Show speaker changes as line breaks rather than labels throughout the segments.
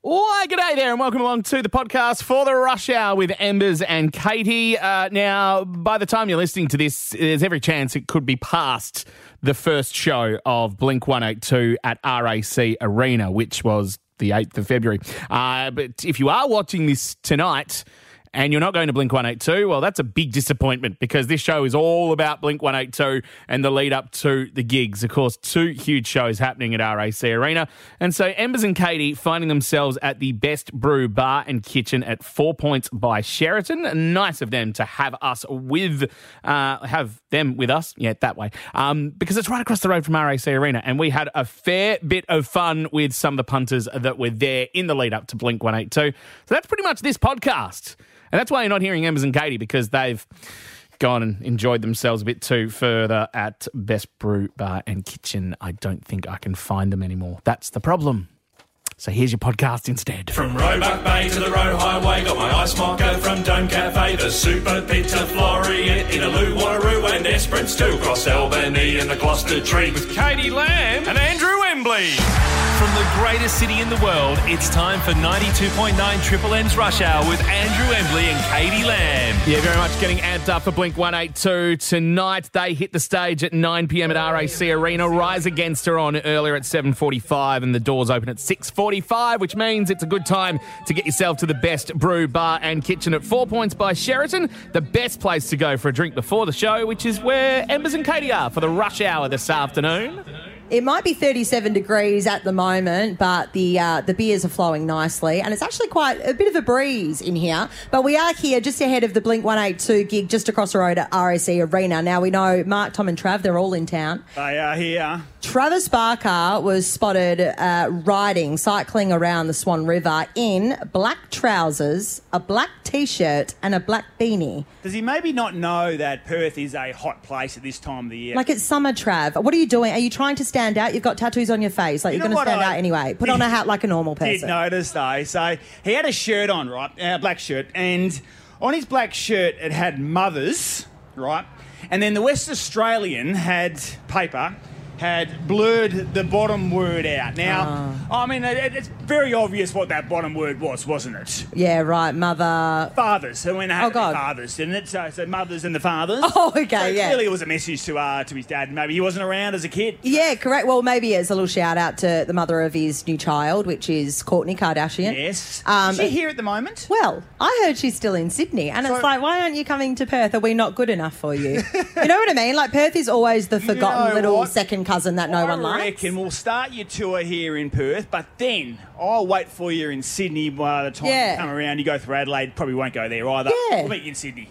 Why, g'day there, and welcome along to the podcast for the rush hour with Embers and Katie. Uh, now, by the time you're listening to this, there's every chance it could be past the first show of Blink 182 at RAC Arena, which was the 8th of February. Uh, but if you are watching this tonight, and you're not going to Blink 182, well, that's a big disappointment because this show is all about Blink 182 and the lead up to the gigs. Of course, two huge shows happening at RAC Arena. And so Embers and Katie finding themselves at the Best Brew Bar and Kitchen at Four Points by Sheraton. Nice of them to have us with, uh, have them with us, yeah, that way, um, because it's right across the road from RAC Arena. And we had a fair bit of fun with some of the punters that were there in the lead up to Blink 182. So that's pretty much this podcast. And that's why you're not hearing Embers and Katie because they've gone and enjoyed themselves a bit too further at Best Brew Bar and Kitchen. I don't think I can find them anymore. That's the problem. So here's your podcast instead.
From Roebuck Bay to the Roe Highway, got my ice mocha from Dome Cafe, the Super Pizza Floriette, Inaloo, Wanneroo and Esperance too, across Albany and the Gloucester Tree with Katie Lamb and Andrew Wembley.
From the greatest city in the world, it's time for 92.9 Triple M's Rush Hour with Andrew Embley and Katie Lamb.
Yeah, very much getting amped up for Blink 182 tonight. They hit the stage at 9 p.m. at RAC Arena. Rise Against are on earlier at 7:45, and the doors open at 6:45, which means it's a good time to get yourself to the best brew bar and kitchen at Four Points by Sheraton, the best place to go for a drink before the show, which is where Embers and Katie are for the rush hour this afternoon.
It might be 37 degrees at the moment, but the uh, the beers are flowing nicely, and it's actually quite a bit of a breeze in here. But we are here just ahead of the Blink 182 gig, just across the road at RAC Arena. Now we know Mark, Tom, and Trav they're all in town.
They are here.
Travis Barker was spotted uh, riding, cycling around the Swan River in black trousers, a black t-shirt, and a black beanie.
Does he maybe not know that Perth is a hot place at this time of the year?
Like it's summer, Trav. What are you doing? Are you trying to stand out? You've got tattoos on your face. Like
You
you're
know
going to
what
stand
I
out anyway. Put on a hat like a normal
did
person.
notice though. So he had a shirt on, right? A black shirt, and on his black shirt it had mothers, right? And then the West Australian had paper. Had blurred the bottom word out. Now,
Ah.
I mean, it, it's very obvious what that bottom word was, wasn't it?
Yeah, right, mother.
Fathers. So when it
Oh,
had to be
God.
fathers, didn't it? So, so mothers and the fathers.
Oh, okay,
So
yeah.
Clearly, it was a message to uh, to his dad. Maybe he wasn't around as a kid.
Yeah, correct. Well, maybe it's a little shout out to the mother of his new child, which is Courtney Kardashian.
Yes.
Um,
is she here at the moment?
Well, I heard she's still in Sydney, and
So-
it's like, why aren't you coming to Perth? Are we not good enough for you? you know what I mean? Like Perth is always the forgotten
know
little
what?
second cousin that no
I
one likes.
reckon we'll start your tour here in Perth, but then I'll wait for you in Sydney by the time
Yeah.
you come around. You go through Adelaide, probably won't go there either.
Yeah.
We'll meet you in Sydney.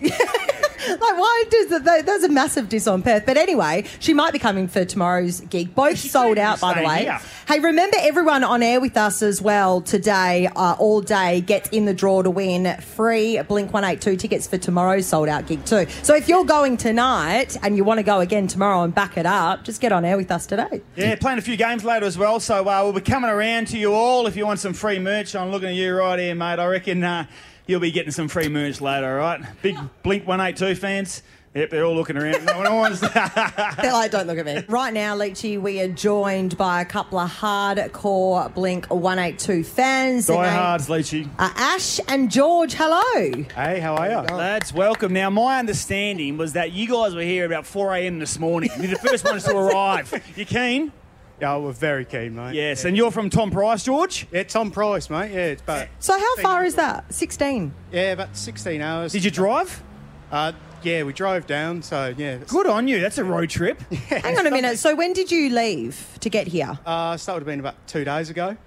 Like, why does that? that- That's a massive diss on Perth. But anyway, she might be coming for tomorrow's gig. Both
She
sold
could
out,
be
by the
staying
way.
here.
Hey, remember everyone on air with us as well today, uh, all day. Get in the draw to win free Blink One Eight Two tickets for tomorrow's sold out gig too. So if you're going tonight and you want to go again tomorrow and back it up, just get on air with us today.
yeah, playing a few games later as well, so uh, we'll be coming around to you all. If you want some free merch, I'm looking at you right here, mate. I reckon uh, you'll be getting some free merch later, all right? Big Blink 182 fans. Yep, they're all looking around. No one wants
They're like, don't look at me. Right now, Leachy, we are joined by a couple of hardcore Blink 182 fans. Their names
Diehards, Leachy.
are Ash and George, hello.
Hey, how are you? Lads, welcome. Now, my understanding was that you guys were here about 4 a.m. this morning. You're the first ones to arrive. You keen?
Yeah, we're very keen, mate.
Yes, and you're from Tom Price, George?
Yeah, Tom Price, mate. Yeah, it's about
So how far is that? 16.
yeah about 16 hours.
Did you drive?
Uh, yeah, we drove down, so yeah. it's-
Good on you. That's a road trip.
Hang on a minute. So when did you leave to get here?
Uh, so that would have been about two days ago.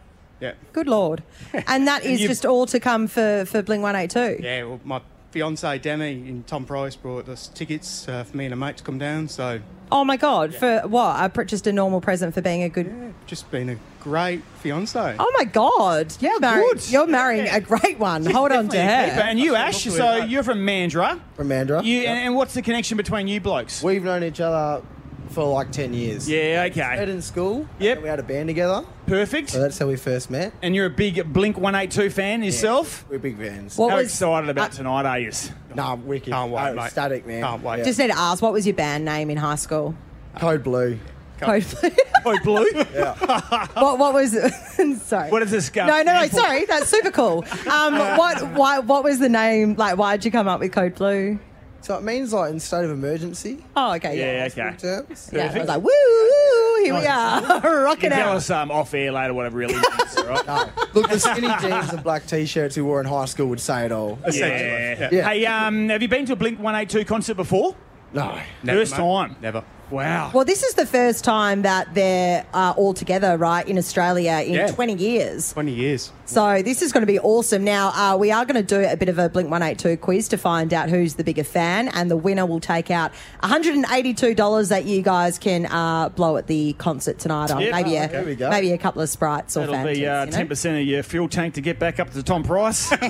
Yeah.
Good lord. And that is
you-
just all to come for, for Bling 182.
Yeah. Well, my fiance Demi and Tom Price brought us tickets uh, for me and a mate to come down. So
Oh my god, for what? I purchased a normal present for being a good
yeah, just been a great fiance.
Oh my god. Yeah, married.
good.
You're marrying a great one. Hold on to her.
And you, Ash, so you're from Mandra.
From Mandurah.
You, and, and what's the connection between you blokes?
We've known each other for like 10 years.
Yeah,
Met
okay.
in school.
Yep.
and We had a band together.
Perfect.
So that's how we first met.
And you're a big Blink 182 fan yourself?
We're big fans.
What
How
was
excited about tonight are you?
Nah, I'm wicked.
Can't wait,
Oh,
mate.
Static, man.
Can't wait.
Just need to ask, what was your band name in high school?
Code Blue.
Code blue.
Code Oh, blue.
what, what was? sorry.
What is this guy?
No, no, no.
Ample.
Sorry, that's super cool. Um, what? Why? What was the name? Like, why would you come up with code blue?
So it means like in state of emergency
Oh, okay. Yeah.
Yeah, okay.
terms.
Yeah, I was like, woo! Here we are,
You
rocking
can tell
out.
us um, off air later what it really means, all right?
Look, the skinny jeans and black t-shirts we wore in high school would say it all.
Yeah.
Yeah.
Hey, um, have you been to a Blink 182 concert before?
No.
First time.
Never.
Wow.
Well, this is the first time that they're uh, all together, right, in Australia in
Yeah.
20 years.
20 years.
So this is going to be awesome. Now uh, we are going to do a bit of a Blink One Eight Two quiz to find out who's the bigger fan, and the winner will take out one hundred and eighty two dollars that you guys can uh, blow at the concert tonight on
Yeah,
maybe
okay. There we
a
go.
maybe a couple of sprites or
That'll
Fantas,
be uh,
you know?
ten percent of your fuel tank to get back up to Tom Price.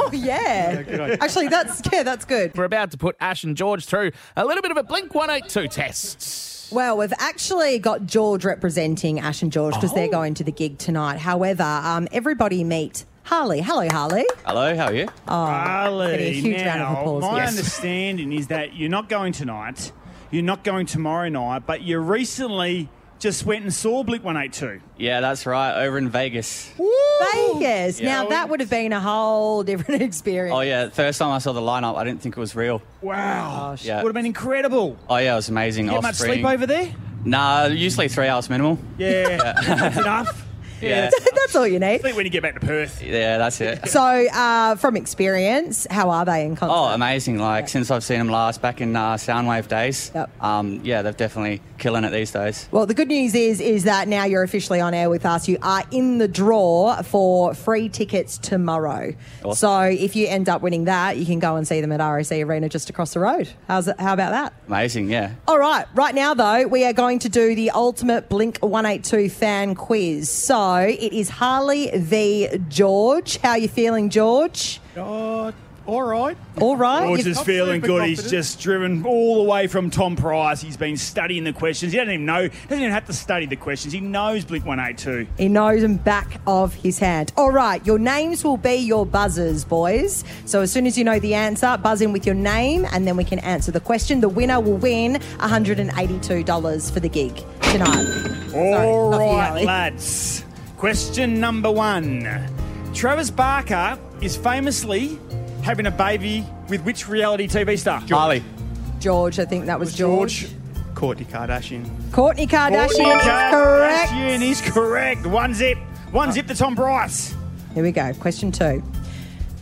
Oh yeah, actually that's yeah that's good.
We're about to put Ash and George through a little bit of a Blink 182 test.
Well, we've actually got George representing Ash and George because
Oh.
they're going to the gig tonight. However, um, everybody meet Harley. Hello, Harley.
Hello, how are you?
Getting a
Ali,
Oh, huge round of
now,
applause,
my
yes.
understanding is that you're not going tonight, you're not going tomorrow night, but you recently just went and saw Blink 182.
Yeah, that's right. Over in Vegas.
Vegas.
Yeah.
Now that would have been a whole different experience.
Oh yeah, the first time I saw the lineup, I didn't think it was real.
Wow,
Oh,
Yeah.
would have been incredible.
Oh yeah, it was amazing.
Get much
Offspring.
sleep over there?
Nah, usually three hours minimal.
Yeah, that's enough.
Oh, Yeah,
that's all you need.
Sleep when you get back to Perth.
yeah, that's it.
So, uh, from experience, how are they in concert?
Oh, amazing! Like since I've seen them last back in uh, Soundwave days.
Yep.
Um, yeah, they're definitely killing it these days.
Well, the good news is is that now you're officially on air with us. You are in the draw for free tickets tomorrow.
Awesome.
So, if you end up winning that, you can go and see them at ROC Arena just across the road. How's it, how about that?
Amazing, yeah.
All right, right now though, we are going to do the ultimate Blink 182 fan quiz. So, it is Harley v George. How you feeling, George?
God. All right.
All right.
George
You've-
is feeling
super
good. He's
confident.
just driven all the way from Tom Price. He's been studying the questions. He doesn't even know. Doesn't even have to study the questions. He knows Blink One Eight Two.
He knows them back of his hand. All right, your names will be your buzzers, boys. So as soon as you know the answer, buzz in with your name and then we can answer the question. The winner will win $182 for the gig tonight.
All
not for you,
right,
Ali.
lads. Question number one: Travis Barker is famously having a baby with which reality TV star?
Harley.
George, I think that was George.
Courtney Kardashian.
Courtney Kardashian
Courtney
is correct.
Kardashian is correct. One zip. One zip to Tom Price.
Here we go. Question two.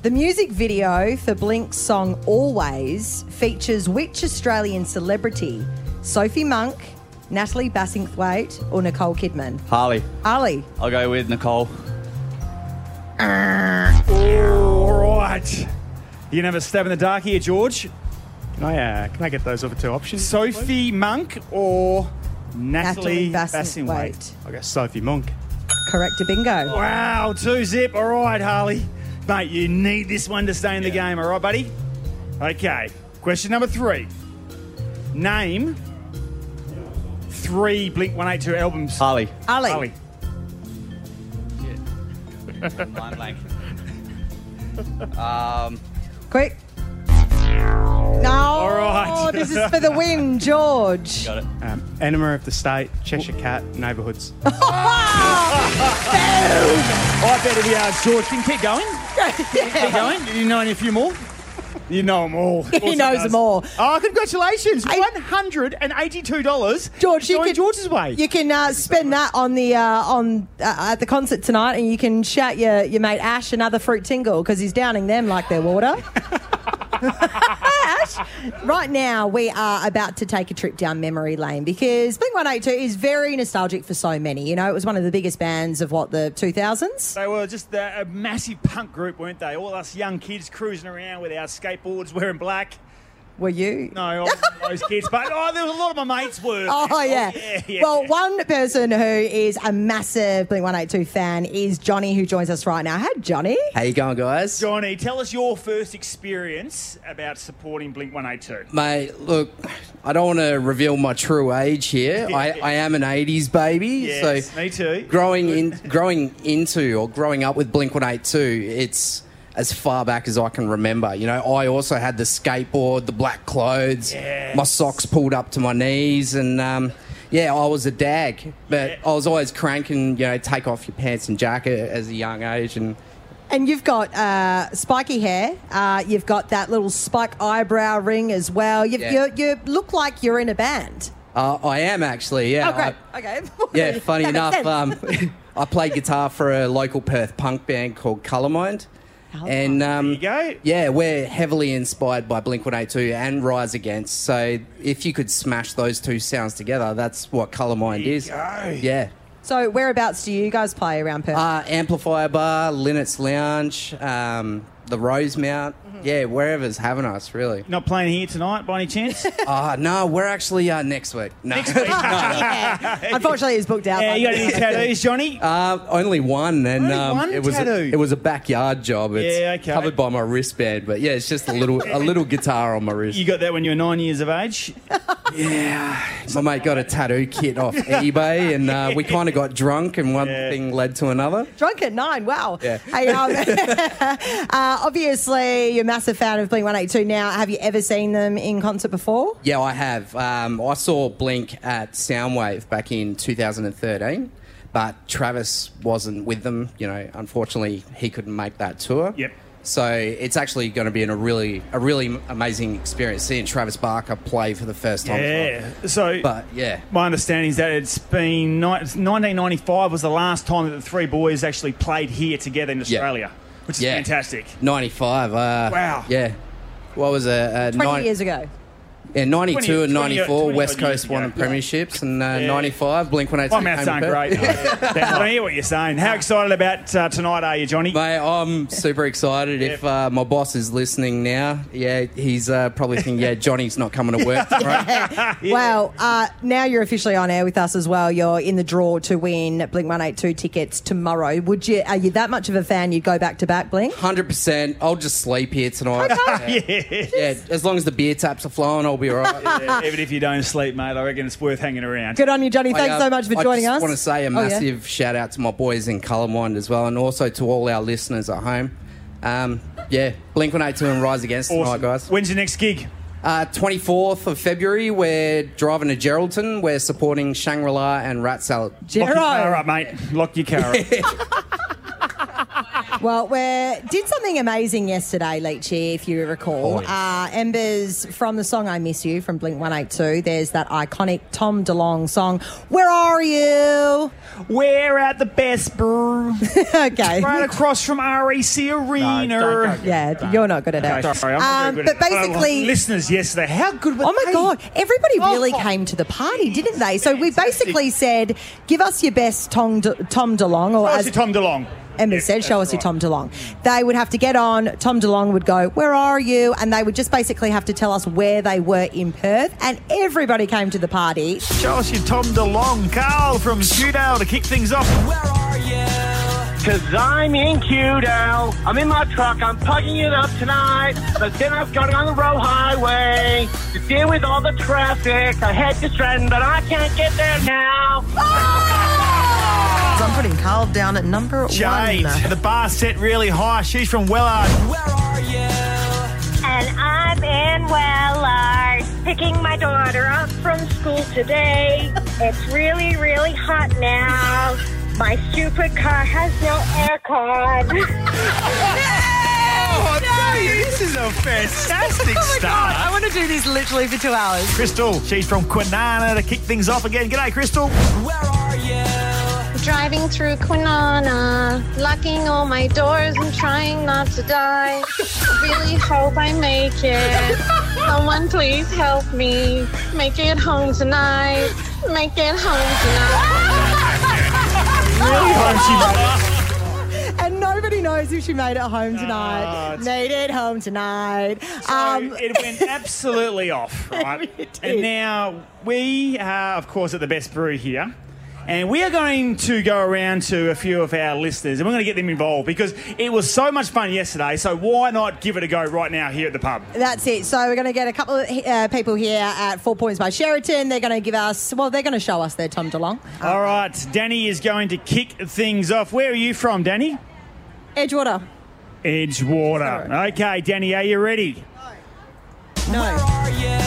The music video for Blink's song Always features which Australian celebrity? Sophie Monk, Natalie Bassingthwaite, or Nicole Kidman?
Harley.
Ali.
I'll go with Nicole.
All right. You gonna have a stab in the dark here, George?
Can I, uh, can I get those other two options?
Sophie Monk or Natalie,
Natalie
Bassingwaite?
Bassingthwaite.
I guess Sophie Monk.
Correct a
Oh,
bingo.
Wow, two zip. All right, Harley. Mate, you need this one to stay in the game, all right, buddy? Okay, question number three. Name three Blink 182 albums.
Harley.
Ali.
Harley.
Line blank. um,
Quick. No. All
right.
this is for the win, George.
got it.
Um, Enema of the State, Cheshire Cat, Neighbourhoods.
Oh,
I better be out, George. Can you keep going? Keep going. You know any a few more? You know them all. Of course
He knows
does.
them all.
Oh, congratulations.
Hey.
$182.
George, you
going
can
George's way.
You can uh, spend that on the uh, on uh, at the concert tonight, and you can shout your your mate Ash another fruit tingle because he's downing them like their water. Ash, right now we are about to take a trip down memory lane because Blink One Eight Two is very nostalgic for so many. You know, it was one of the biggest bands of what the two thousands.
They were just a, a massive punk group, weren't they? All us young kids cruising around with our skateboards, wearing black.
Were you?
No, I wasn't one of those kids, but oh, there was a lot of my mates were.
Oh yeah.
yeah.
Well, one person who is a massive Blink One Eight Two fan is Johnny, who joins us right now. Hey, Johnny.
How you going, guys?
Johnny, tell us your first experience about supporting Blink 182.
Mate, look, I don't want to reveal my true age here. I, I am an '80s baby,
Yes,
so
me too.
growing in, growing into or growing up with Blink One Eight Two, it's as far back as I can remember. You know, I also had the skateboard, the black clothes, my socks pulled up to my knees, and um, Yeah, I was a dag, but I was always cranking, you know, take off your pants and jacket as a young age. And
And you've got uh, spiky hair. Uh, you've got that little spike eyebrow ring as well. You've,
Yeah.
you you look like you're in a band.
uh, I am actually, yeah.
oh, great.
I-
okay.
yeah, funny
That makes
enough,
sense.
um, I played guitar for a local Perth punk band called Colourmind. And um,
There you go.
yeah, we're heavily inspired by Blink 182 and Rise Against. So if you could smash those two sounds together, that's what Colourmind is. Yeah.
so, whereabouts do you guys play around Perth?
Uh, Amplifier Bar, Linux Lounge, um, the Rosemount.
Mm-hmm.
Yeah, wherever's having us, really.
Not playing here tonight by any chance?
Ah, no, we're actually uh, next week. No.
Yeah. Unfortunately, he's booked out.
yeah,
like
you got
that.
any tattoos, Johnny?
Uh, only one, and
Only
um,
one
it was
tattoo?
A, it was a backyard job. It's
Yeah, okay.
covered by my wristband, but yeah, it's just a little a little guitar on my wrist.
you got that when you were nine years of age?
my mate got a tattoo kit off eBay, and uh, we kind of got drunk, and one
Yeah.
thing led to another.
Drunk at nine, wow.
Yeah.
Hey, um, uh, obviously, you're a massive fan of Blink 182 now. Have you ever seen them in concert before?
Yeah, I have. Um, I saw Blink at Soundwave back in 2013, but Travis wasn't with them. You know, unfortunately, he couldn't make that tour.
Yep.
So it's actually going to be in a really a really amazing experience seeing Travis Barker play for the first time.
Yeah. So,
But yeah,
my understanding is that it's been ni- it's 1995 was the last time that the three boys actually played here together in Australia, which is
Yeah.
fantastic.
95. Uh,
Wow.
Yeah. What was it? Uh,
20
nine-
years ago.
Yeah, 92 and
20
94,
years
West
ago.
Coast won the
Yeah.
premierships, and uh,
Yeah.
95, Blink 182.
My maths aren't
came to Perth.
great. I don't hear what you're saying. How excited about uh, tonight are you, Johnny?
Mate, I'm super excited. If uh, my boss is listening now, yeah, he's uh, probably thinking, yeah, Johnny's not coming to work. Right?
Well, uh, now you're officially on air with us as well. You're in the draw to win Blink 182 tickets tomorrow. Would you? Are you that much of a fan you'd go back to back Blink?
100%. I'll just sleep here tonight. Yeah. yeah, as long as the beer taps are flowing, I'll be all right.
Yeah, Even if you don't sleep, mate, I reckon it's worth hanging around.
Good on you, Johnny. Thanks
I, uh,
so much for joining
I
us.
just want to say a
Oh, yeah.
massive shout out to my boys in Colourmind as well, and also to all our listeners at home. Um, yeah, Blink 182 and Rise Against
Awesome.
tonight, guys.
When's your next gig?
Uh, 24th of February, we're driving to Geraldton. We're supporting Shangri La and Rat Salad.
Lock your car
Jero.
up, mate. Lock your car up.
Well, we did something amazing yesterday, Leachy, if you recall. Uh, Embers from the song I Miss You from Blink 182. There's that iconic Tom DeLong song, Where Are You?
We're at the best brew
okay.
right across from RAC Arena.
Yeah, you're not good at it.
Okay, sorry, I'm not
Um,
very good
but
at that.
basically-
Oh, listeners yesterday, how good were
Oh my
they?
God. Everybody really
Oh,
came to the party, didn't they? So we basically said, give us your best Tom, De- Tom DeLong, or
Show us
as
your Tom DeLong.
Emma said, show us your Tom DeLong. They would have to get on. Tom DeLong would go, Where are you? And they would just basically have to tell us where they were in Perth. And everybody came to the party.
Show us your Tom DeLong, Carl from Qdale to kick things off. Where are you? Cause I'm in Qdale. I'm in my truck. I'm pugging it up tonight. But then I've got on the road highway to deal with all the traffic. I head to Stratton, but I can't get there now.
I'm putting Carl down at number
Jade,
one.
the bar set really high. She's from Wellard. Where are you?
And I'm in Wellard, picking my daughter up from school today. It's really, really hot now. My stupid car has no aircon.
Oh, I tell you, this is a fantastic start.
I want to do this literally for two hours.
Crystal, she's from Quinana to kick things off again. G'day, Crystal. Where are you?
Driving through Quinana, locking all my doors and trying not to die. Really hope I make it. Someone please help me. Make it home tonight. Make it home tonight.
And nobody knows if she made it home tonight. made it home tonight.
Um,
Um,
Ah, it went absolutely off, right? And now we are, of course, at the best brew here. And we are going to go around to a few of our listeners and we're going to get them involved because it was so much fun yesterday. So why not give it a go right now here at the pub?
that's it. So we're going to get a couple of uh, people here at Four Points by Sheraton. They're going to give us, well, they're going to show us their Tom DeLong.
All right, Danny is going to kick things off. Where are you from, Danny?
Edgewater.
Edgewater.
Sorry.
Okay, Danny, are you ready?
No.
Where are you?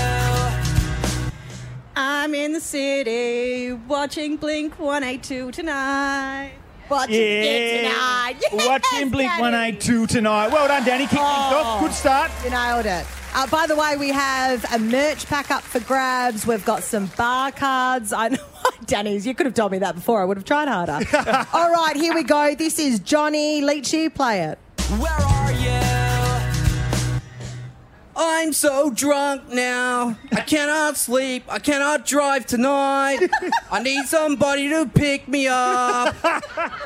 I'm
I'm in the city watching Blink 182 tonight.
Watching
Yeah. Watching Blink 182 tonight. Well done, Danny. Kick things off. Good start.
You nailed it. Uh, by the way, we have a merch pack up for grabs. We've got some bar cards. I know, Danny's, you could have told me that before. I would have tried harder. All right, here we go. This is Johnny Leachy. Play it.
Where are you?
I'm so drunk now. I cannot sleep. I cannot drive tonight. I need somebody to pick me up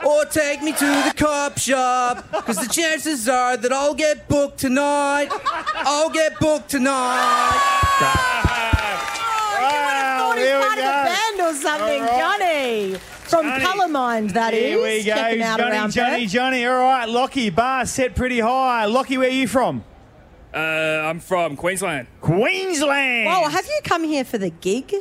or take me to the cop shop. Because the chances are that I'll get booked tonight. I'll get booked tonight.
Oh, Thought he
here
was
we
part of
go.
a band or something.
All right.
Johnny. From
Johnny.
Colourmind, that is.
Here we go.
Checking out
Johnny,
around
Johnny,
Perth.
Johnny. All right, Lockie, bar set pretty high. Lockie, where are you from?
Uh, I'm from Queensland.
Queensland.
Whoa, Oh, have you come here for the gig?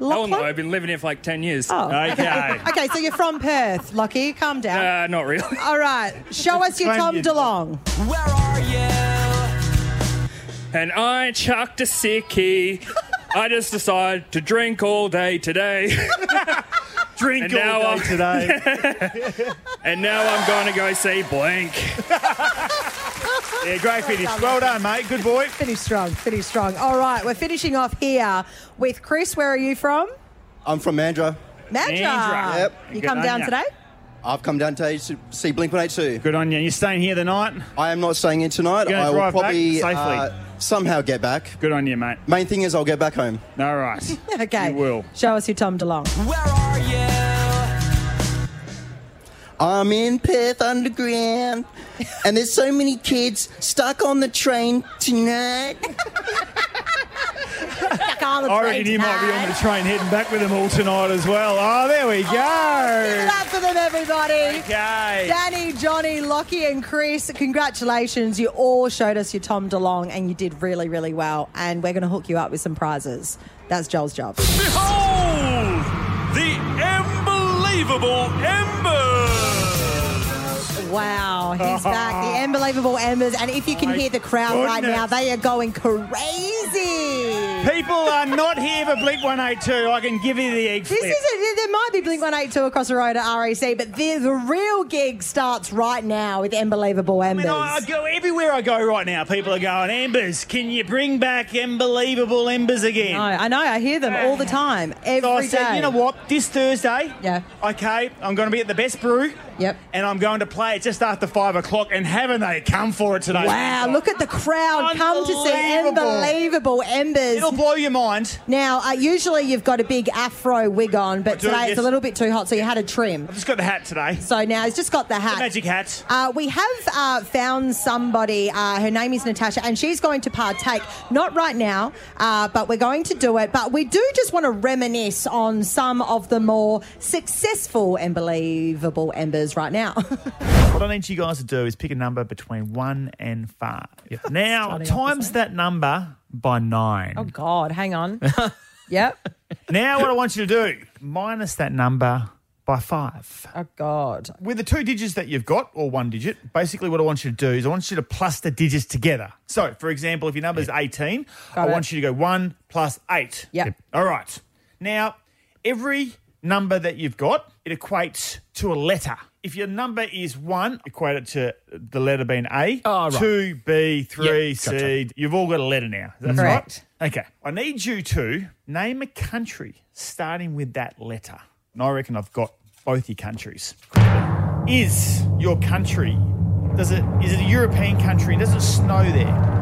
Hell no, I've been living here for like 10 years.
Oh,
Okay.
okay, so you're from Perth, Lockie. Calm down.
uh, not really.
All right, show us your
Thank
Tom
you.
DeLong. Where are you?
And I chucked a sickie. I just decided to drink all day today.
drink
and
all
now
day
I'm-
today.
and now I'm going to go see Blank.
yeah, great finish. Well done, mate. Good boy.
Finish strong, finish strong. All right, we're finishing off here with Chris. Where are you from?
I'm from Mandra.
Mandra. Mandra.
Yep.
You come down today?
I've come down today to see Blink 182.
Good on you. You're staying here the night?
I am not staying here tonight.
You're gonna
I will
drive back
probably
safely?
uh, somehow get back.
Good on you, mate.
Main thing is I'll get back home.
All right.
Okay.
You will.
Show us your Tom DeLong.
Where are you?
I'm in Perth Underground, and there's so many kids stuck on the train tonight.
I reckon you might be on the train heading back with them all tonight as well. Oh, there we
Give it
go.
up for them, everybody.
Okay.
Danny, Johnny, Lockie, and Chris, congratulations. You all showed us your Tom DeLong and you did really, really well. And we're going to hook you up with some prizes. That's Joel's job.
Behold the unbelievable Embers.
Wow, he's back. The unbelievable Embers. And if you can hear the crowd right
goodness.
now, they are going crazy.
People are not here for Blink 182. I can give you the egg
This
flip.
is a, there might be Blink 182 across the road at REC, but the, the real gig starts right now with Unbelievable Embers.
And I, I go everywhere I go right now. People are going, Embers, can you bring back unbelievable Embers again?
I know, I hear them all the time. Every
so I said,
day.
you know what? This Thursday, yeah. Okay, I'm going to be at the Best Brew.
Yep.
And I'm going to play it just after five o'clock. And haven't they come for it today?
Wow, look at the crowd come to see
Unbelievable.
unbelievable embers. It'll
blow your mind.
Now, uh, usually you've got a big afro wig on, but
do,
today
yes.
it's a little bit too hot, so you had a trim.
I've just got the hat today.
So now it's just got the hat.
The magic hat.
Uh, we have uh, found somebody. Uh, her name is Natasha, and she's going to partake. Not right now, uh, but we're going to do it. But we do just want to reminisce on some of the more successful and believable embers right now.
What I need you guys to do is pick a number between one and five. Now, times that number by nine.
Oh, God, hang on.
yep.
Now, what I want you to do, minus that number by five.
Oh, God.
With the two digits that you've got, or one digit, basically what I want you to do is I want you to plus the digits together. So, for example, if your number is 18,
Got
I
it.
want you to go one plus eight.
Yep. Yep.
All right. Now, every number that you've got, it equates to a letter. If your number is one, equate it to the letter being A.
Oh, right.
Two, B, three,
Yep,
C.
gotcha.
You've all got a letter now. That's
Correct.
right. Okay. I need you to name a country starting with that letter. And I reckon I've got both your countries. Is your country does it is it a European country? Does it snow there?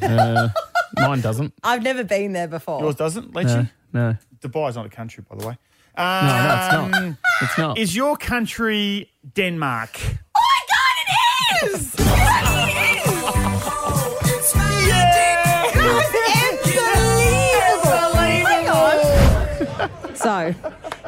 Uh, mine doesn't.
I've never been there before.
Yours doesn't, Leachy?
No, no.
Dubai's not a country, by the way.
No, no, it's not. It's not.
Is your country Denmark?
is! It's magic!
It's unbelievable! so,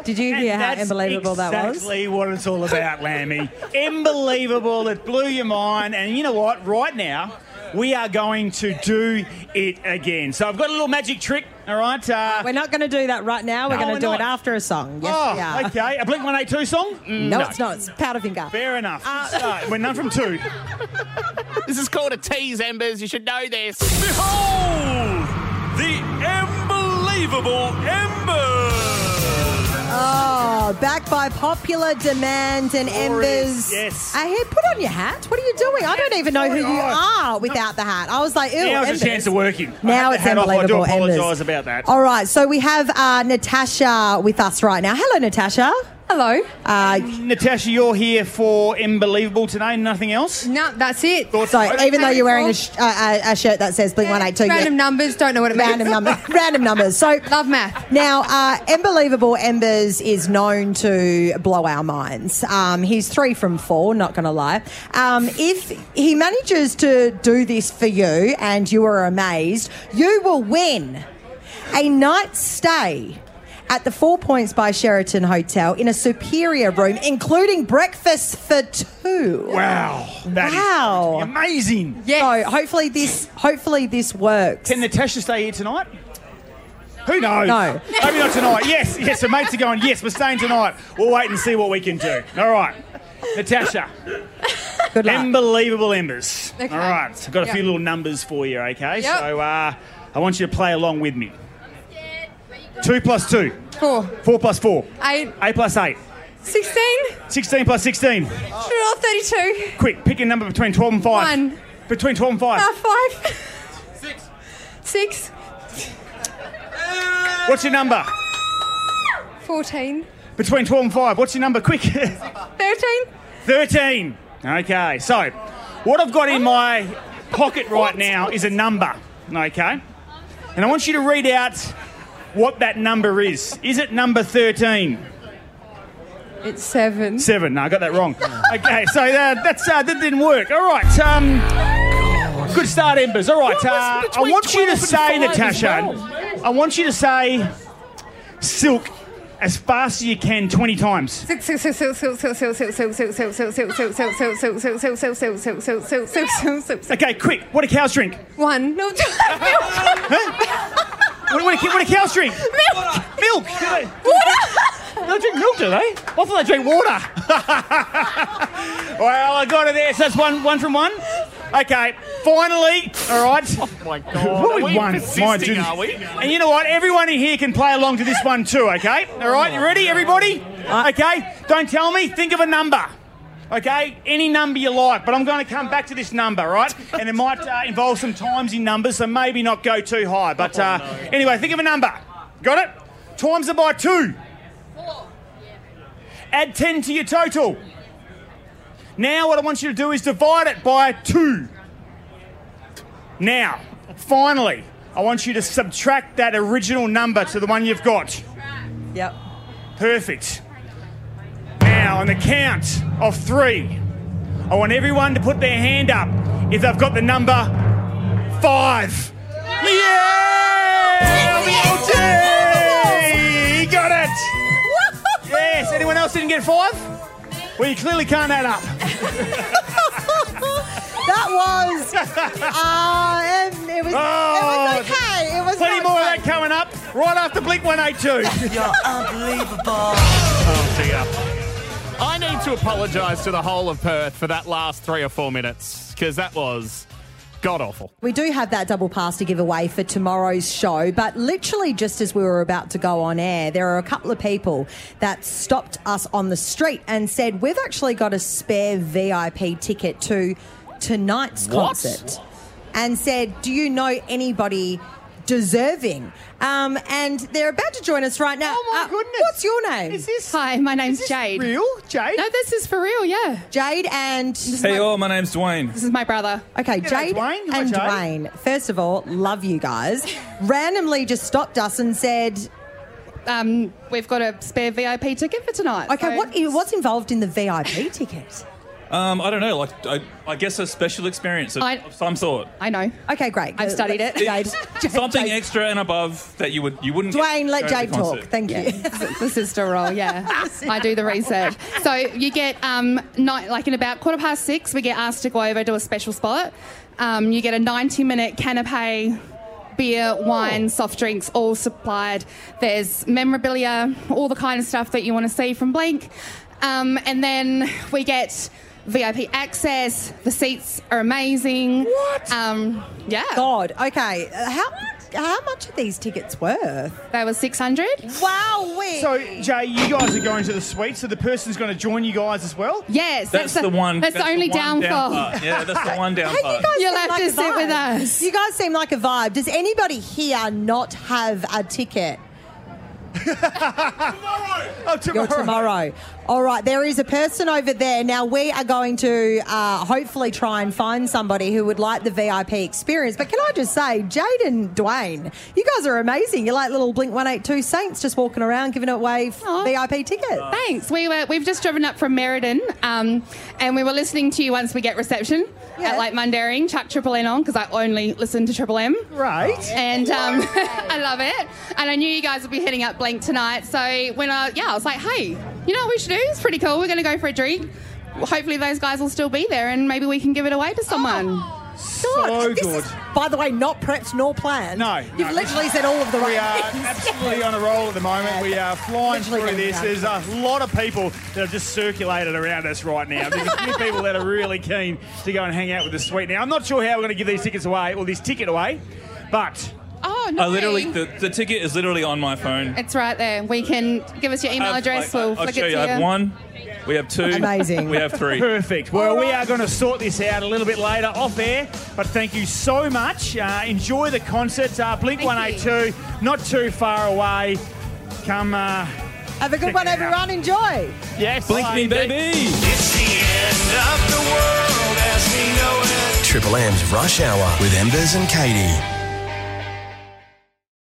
did you hear how unbelievable that was?
Exactly what it's all about, Lammy. Unbelievable. It blew your mind. And you know what? Right now, we are going to do it again. So I've got a little magic trick, all right? Uh,
We're not going to do that right now. We're
No,
going
we're
to do
not.
it after a song. Yes,
oh,
we are. Mm.
okay. A Blink 182 song? Mm,
No, it's not. It's Powderfinger.
Fair enough.
Uh,
So, we're none from two.
This is called a tease, Embers. You should know this.
Behold the
Unbelievable Embers!
Oh, back by popular demand and embers. Yes. I had put on your hat. What are you doing? I don't even know who you are without the hat. I was like, ew,
Now's
embers.
a chance of working.
Now
I
it's
had the hat off.
unbelievable,
I do
Embers.
apologise about that.
All right, so we have uh, Natasha with us right now. Hello, Natasha.
Hello.
Uh,
Natasha, you're here for Unbelievable today, nothing else?
No, that's it.
so even though you're wearing a, sh- uh, a a shirt that says Blink One Eight Two,
Random numbers, don't know what it means.
random numbers, random numbers. So
love math.
Now, uh, unbelievable Embers is known to blow our minds. Um, he's three from four. Not going to lie. Um, if he manages to do this for you and you are amazed, you will win a night stay. At the Four Points by Sheraton Hotel in a superior room, including breakfast for two.
Wow. That is
wow.
amazing.
Yes. So hopefully this hopefully this works.
Can Natasha stay here tonight? Who knows?
No.
Maybe not tonight. Yes, yes, her mates are going, yes, we're staying tonight. We'll wait and see what we can do. All right. Natasha.
Good
luck. Unbelievable embers.
Okay.
All right. I've got a few
Yep.
little numbers for you, okay?
Yep.
So uh, I want you to play along with me. Two plus two.
Four.
Four plus four.
Eight.
Eight plus eight.
16?
16 plus 16.
Oh. 32.
Quick, pick a number between 12 and 5. One. Between 12 and 5.
Uh, five. Six.
What's your number?
Fourteen.
Between 12 and 5. What's your number? Quick.
Thirteen.
13. Okay, so what I've got in my pocket right now is a number, okay? And I want you to read out what that number is. Is it number 13?
It's seven.
Seven. No, I got that wrong. Okay, so uh, that's uh, that didn't work. All right. Um, good start, Embers. All right.
What was
Uh, I
between
want you to
12 and
say,
five as
Natasha. I want you to say silk as fast as you can, twenty times.
Six, six, six, six, six, six, six, six, six, six, six, six, six, six, six, six, six, six, six, six, six, six, six, six, six, six, six.
Okay, quick. What do cows drink?
One. No.
What, what, do, what do cows drink?
Milk.
Milk. Water. They drink milk, do they? I thought they drink water. well, I got it there. So that's one, one from one. Okay, finally. All right. Oh my
God.
What
Are we
one?
persisting,
My goodness.
are we?
And you know what? Everyone in here can play along to this one too. Okay. All right. You ready, everybody? Okay. Don't tell me. Think of a number. Okay, any number you like, but I'm going to come back to this number, right? And it might uh, involve some times in numbers, so maybe not go too high. But uh,
Oh,
anyway, think of a number. Got it? Times it by two. Add 10 to your total. Now, what I want you to do is divide it by two. Now, finally, I want you to subtract that original number to the one you've got.
Yep.
Perfect. Now, on the count of three, I want everyone to put their hand up if they've got the number five. Yeah! He got it! Yes, anyone else didn't get five? Well, you clearly can't add up.
That was. Uh, um, it was.
Oh,
it was okay. It was.
Plenty
not
more of
fun.
that coming up right after Blink 182. You're unbelievable. Oh, dear.
I need to apologise to the whole of Perth for that last three or four minutes because that was god awful.
We do have that double pass to give away for tomorrow's show, but literally just as we were about to go on air, there are a couple of people that stopped us on the street and said, We've actually got a spare VIP ticket to tonight's
What?
concert. And said, Do you know anybody deserving? Um, and they're about to join us right now. Oh my goodness. What's your name? Is this
Hi, my name's Jade.
Real? Jade?
No, this is for real, yeah.
Jade and
Hey, all, my name's Dwayne.
this is my brother.
Okay, Jade and Dwayne. First of all, love you guys. Randomly just stopped us and said,
Um, we've got a spare VIP ticket for tonight.
"Okay, what i what's involved in the VIP ticket?"
Um, I don't know, like, I, I guess a special experience of,
I-
of some sort.
I know.
Okay, great.
I've studied it.
Jade,
Something extra and above that you would you wouldn't. get
Dwayne, let
going to the
Jade talk.
concert.
Thank you.
the sister role, yeah. I do the research. So you get um, night like in about quarter past six, we get asked to go over to a special spot. Um, you get a ninety-minute canapé, beer, wine, soft drinks, all supplied. There's memorabilia, all the kind of stuff that you want to see from Blink, um, and then we get. VIP access. The seats are amazing. What? Um, yeah.
God. Okay. Uh, How? how much are these tickets worth?
They were six hundred.
Wow, wait.
So, Jay, you guys are going to the suite, so the person's going to join you guys as well? Oh,
Yes.
That's, the one.
That's, the only
one
downfall.
part. Yeah, that's the one down
Hey,
part.
you guys seem
You'll have
like
to
a
sit with
vibe.
us.
You guys seem like a vibe. Does anybody here not have a ticket?
Oh,
You're tomorrow. All right, there is a person over there. Now, we are going to uh, hopefully try and find somebody who would like the VIP experience. But can I just say, Jaden, Dwayne, you guys are amazing. You're like little Blink 182 saints just walking around giving away f- VIP tickets.
Thanks. We were we've just driven up from Meriden, um, and we were listening to you once we get reception at like Mundaring. Chuck Triple N on because I only listen to Triple M.
Right.
Oh,
And um, I love it. And I knew you guys would be hitting up Blank tonight, so when I yeah, I was like, hey, you know what we should do? It's pretty cool. We're going to go for a drink. Hopefully those guys will still be there, and maybe we can give it away
Oh.
to someone.
So good.
By the way, not prepped nor planned.
No.
You've literally said all of the
We
right
are
things.
absolutely on a roll at the moment. We are
Literally
flying through
going
this.
down.
There's a lot of people that have just circulated around us right now. There's a few people that are really keen to go and hang out with the suite. Now, I'm not sure how we're going to give these tickets away or this ticket away, but
Oh no!
I literally, the, the ticket is literally on my phone.
It's right there. We can give us your email
I have-
address.
I- I-
we'll
I'll
flick
show
it to
you. I have one. We have two.
Amazing.
We have three.
Perfect. Well, we are going to sort this out a little bit later off air, but thank you so much. Uh, enjoy the concert. Uh, Blink 182, not too far away. Come. Uh,
Have a good one, everyone. Enjoy.
Yes.
Blink me,
baby.
It's the end of the world as we know it.
Triple M's Rush Hour with Embers and Katie.